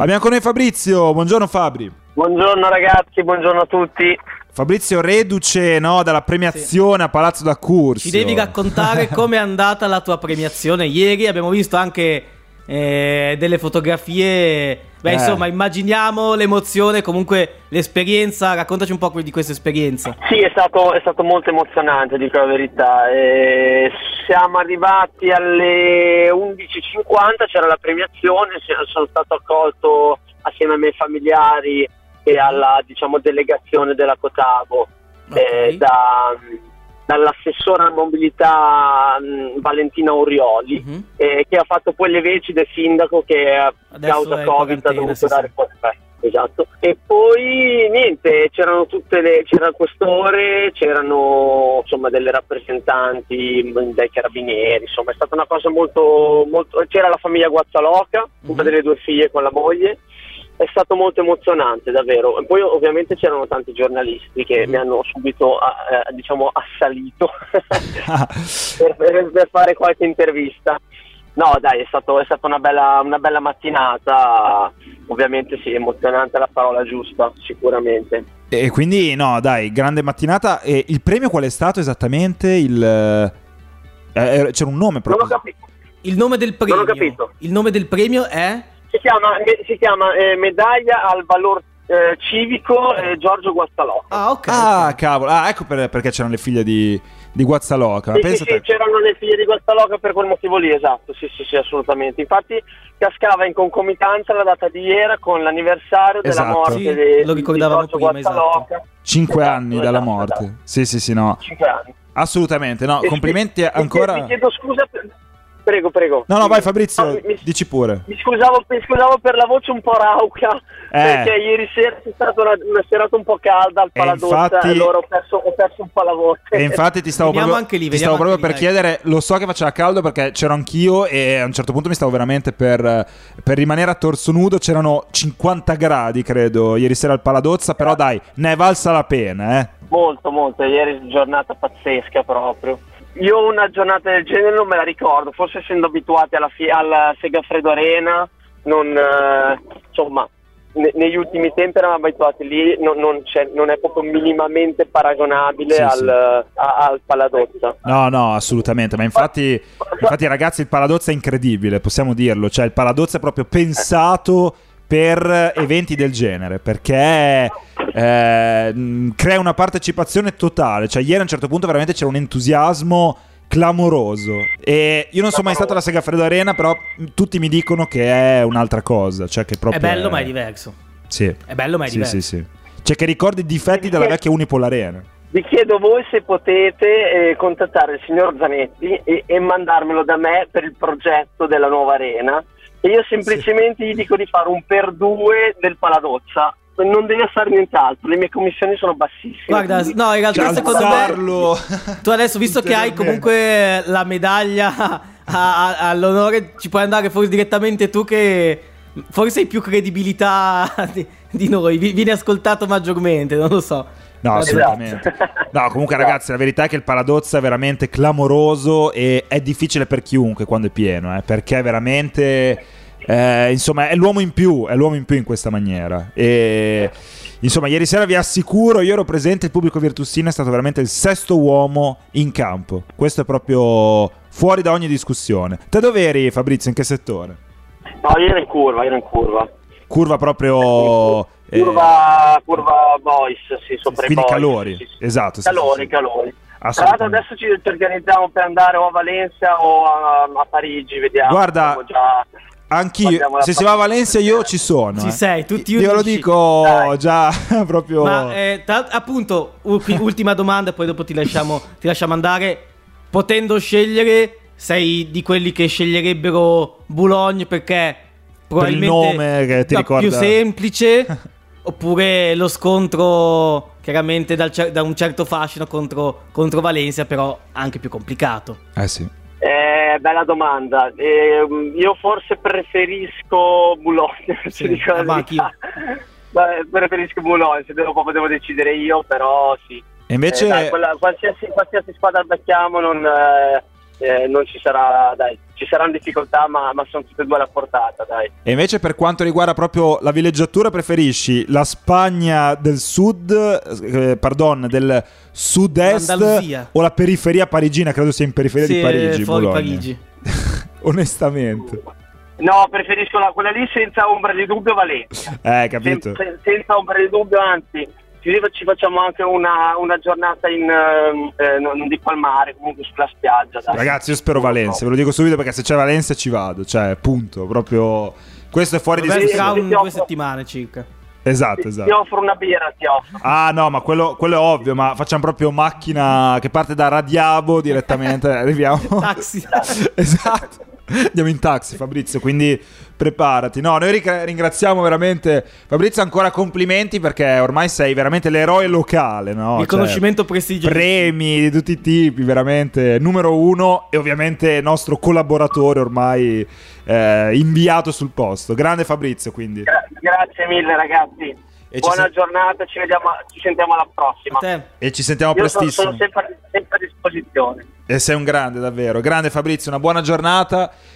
Abbiamo con noi Fabrizio, buongiorno Fabri. Buongiorno ragazzi, buongiorno a tutti. Fabrizio reduce no, dalla premiazione a Palazzo da Curso. Ci devi raccontare com'è andata la tua premiazione ieri. Abbiamo visto anche eh, delle fotografie. Beh, Eh. insomma, immaginiamo l'emozione, comunque l'esperienza. Raccontaci un po' que- di questa esperienza. Sì, è stato, è stato molto emozionante, dico la verità. Eh, siamo arrivati alle 11.50, c'era la premiazione, se- sono stato accolto assieme ai miei familiari e alla diciamo, delegazione della Cotavo eh, Ok. da- dall'assessora alla mobilità mh, Valentina Orioli. Mhm. eh, che ha fatto poi le veci del sindaco che a Adesso è causa in Covid ha quarantena, dovuto sì, sì. dare fuori. eh, Esatto. E poi niente, c'erano tutte le c'era il questore, c'erano insomma delle rappresentanti mh, dai carabinieri, insomma, è stata una cosa molto molto c'era la famiglia Guazzaloca, una Mhm. delle due figlie con la moglie. È stato molto emozionante, davvero. E poi ovviamente c'erano tanti giornalisti che Mhm. mi hanno subito ah, eh, diciamo assalito Ah, per, per- per fare qualche intervista. No, dai, è, stato- è stata una bella, una bella mattinata. Ovviamente sì, emozionante è la parola giusta, sicuramente. e quindi no, dai, grande mattinata. E il premio qual è stato esattamente? Il, eh, eh, c'era un nome Non ho proprio. capito. Il nome del premio. ho capito. Il nome del premio è. Si chiama, me- si chiama, eh, Medaglia al valore eh, civico eh, Giorgio Guastalò. Ah, ok. Ah, ok. cavolo. Ah, ecco per- perché c'erano le figlie di, di Guazzaloca. Sì, Ah, Pensa sì, te. sì, c'erano le figlie di Guastaloca per quel motivo lì, esatto, sì, sì, sì, assolutamente. Infatti cascava in concomitanza la data di ieri con l'anniversario della Esatto. morte Sì, di, lo di ricordavamo Giorgio prima, esatto. Guastaloca. Cinque Esatto, anni dalla esatto, morte. esatto. Sì, sì, sì, no. Cinque anni. Assolutamente, no. Eh sì, Ah, Complimenti eh sì, ancora. Ti chiedo scusa. per- Prego, prego. No, no, vai No, Fabrizio, mi- mi, dici Eh. pure. mi scusavo, mi scusavo per la voce un po' rauca. Perché ieri sera c'è stata una, una serata un po' calda al E Paladozza infatti- e allora ho perso, ho perso un po' la voce. E infatti ti stavo Veniamo proprio, anche lì, ti veniamo stavo proprio anche per lì, chiedere, lo so che faceva caldo perché c'ero anch'io e a un certo punto mi stavo veramente per, per rimanere a torso nudo, c'erano 50 gradi credo ieri sera al Paladozza, però dai, ne è valsa la pena, eh. Molto, molto. Ieri giornata pazzesca proprio. Io una giornata del genere non me la ricordo, forse essendo abituati alla, fi- alla Segafredo Arena, non, eh, insomma, ne- negli ultimi tempi eravamo abituati lì, non, non c'è- non è proprio minimamente paragonabile Sì, al, sì. a- al Paladozza. No, no, assolutamente, ma infatti, infatti ragazzi il Paladozza è incredibile, possiamo dirlo, cioè il Paladozza è proprio pensato per eventi del genere, perché eh, mh, crea una partecipazione totale, cioè ieri a un certo punto veramente c'era un entusiasmo clamoroso e io non sono mai stato alla Segafredo Arena, però mh, tutti mi dicono che è un'altra cosa, cioè che proprio È bello, ma è diverso. Sì. È bello, ma è sì, diverso. Sì, sì. Cioè che ricordi i difetti della vecchia Unipol Arena. Vi chiedo voi se potete eh, contattare il signor Zanetti e, e mandarmelo da me per il progetto della nuova arena. E io semplicemente gli dico di fare un per due del Paladozza. Non deve fare nient'altro, le mie commissioni sono bassissime. Guarda, quindi- no, in realtà Cioè, secondo me alzarlo. Tu adesso, visto che hai comunque la medaglia a- a- all'onore, ci puoi andare forse direttamente tu che forse hai più credibilità di, di noi, vi- vieni ascoltato maggiormente, non lo so. No, Vabbè. assolutamente. No, comunque, Esatto. ragazzi, la verità è che il Paladozza è veramente clamoroso e è difficile per chiunque quando è pieno, eh, perché veramente. eh, insomma, è l'uomo in più, è l'uomo in più in questa maniera. E insomma, ieri sera vi assicuro, io ero presente, il pubblico virtustino è stato veramente il sesto uomo in campo. Questo è proprio fuori da ogni discussione. Te dove eri, Fabrizio? In che settore? No, io ero in curva, io ero in curva. Curva proprio. eh, Curva, curva boys, sì, sopra i quindi boys, calori, sì, sì. esatto. sì, sì, Calori, sì. calori. Tra l'altro Assolutamente. adesso ci, ci organizziamo per andare o a Valenza o a, a Parigi, vediamo. Guarda, Siamo già- guardiamo Anch'io, la se si va a partita. Valencia io ci sono. Ci eh. sei, tutti Io lo unici. dico Dai. già proprio... Ma eh, tra- appunto, ulti- ultima domanda, poi dopo ti lasciamo, ti lasciamo andare. Potendo scegliere, sei di quelli che sceglierebbero Boulogne perché probabilmente nome che ti la ricorda- più semplice, oppure lo scontro chiaramente dal cer- da un certo fascino contro, contro Valencia, però anche più complicato. Eh sì. Eh, bella domanda. Ehm, io forse preferisco Boulogne, se Sì, dico la ma verità. Beh, preferisco Boulogne, se devo, proprio devo decidere io, però sì. E invece... Eh, dai, quella- qualsiasi, qualsiasi squadra becchiamo non, eh, eh, non ci sarà, dai, ci saranno difficoltà, ma, ma sono tutte e due alla portata, dai. E invece per quanto riguarda proprio la villeggiatura, preferisci la Spagna del sud, eh, pardon, del sud-est L'Andalusia. o la periferia parigina? Credo sia in periferia Sì, di Parigi. fuori Bologna. Parigi. Onestamente. No, preferisco la- quella lì senza ombra di dubbio Valencia. Eh, Sen- capito. sen- senza ombra di dubbio, anzi, ci, ci facciamo anche una, una giornata in, ehm, eh, non non dico al mare, comunque sulla spiaggia. Dai. Ragazzi, io spero Valencia, ve lo dico subito perché se c'è Valencia ci vado, cioè, punto, proprio questo è fuori Vabbè, discussione. tra sì, un- sì, due offro. settimane circa. Esatto, Ti, esatto. ti offro una birra, ti offro. Ah no, ma quello, quello è ovvio, ma facciamo proprio macchina che parte da Radiabo direttamente, arriviamo. Taxi. esatto. Andiamo in taxi Fabrizio, quindi preparati. No, noi ric- ringraziamo veramente Fabrizio, ancora complimenti perché ormai sei veramente l'eroe locale, no? Cioè, Riconoscimento prestigioso. premi di tutti i tipi, veramente numero uno e ovviamente nostro collaboratore ormai eh, inviato sul posto. Grande Fabrizio, quindi. Gra- grazie mille, ragazzi. ci Buona sen- giornata, ci, vediamo, ci sentiamo alla prossima. A te. E ci sentiamo Io sono, prestissimo. sono sempre, sempre a disposizione. E sei un grande, davvero. Grande Fabrizio, una buona giornata.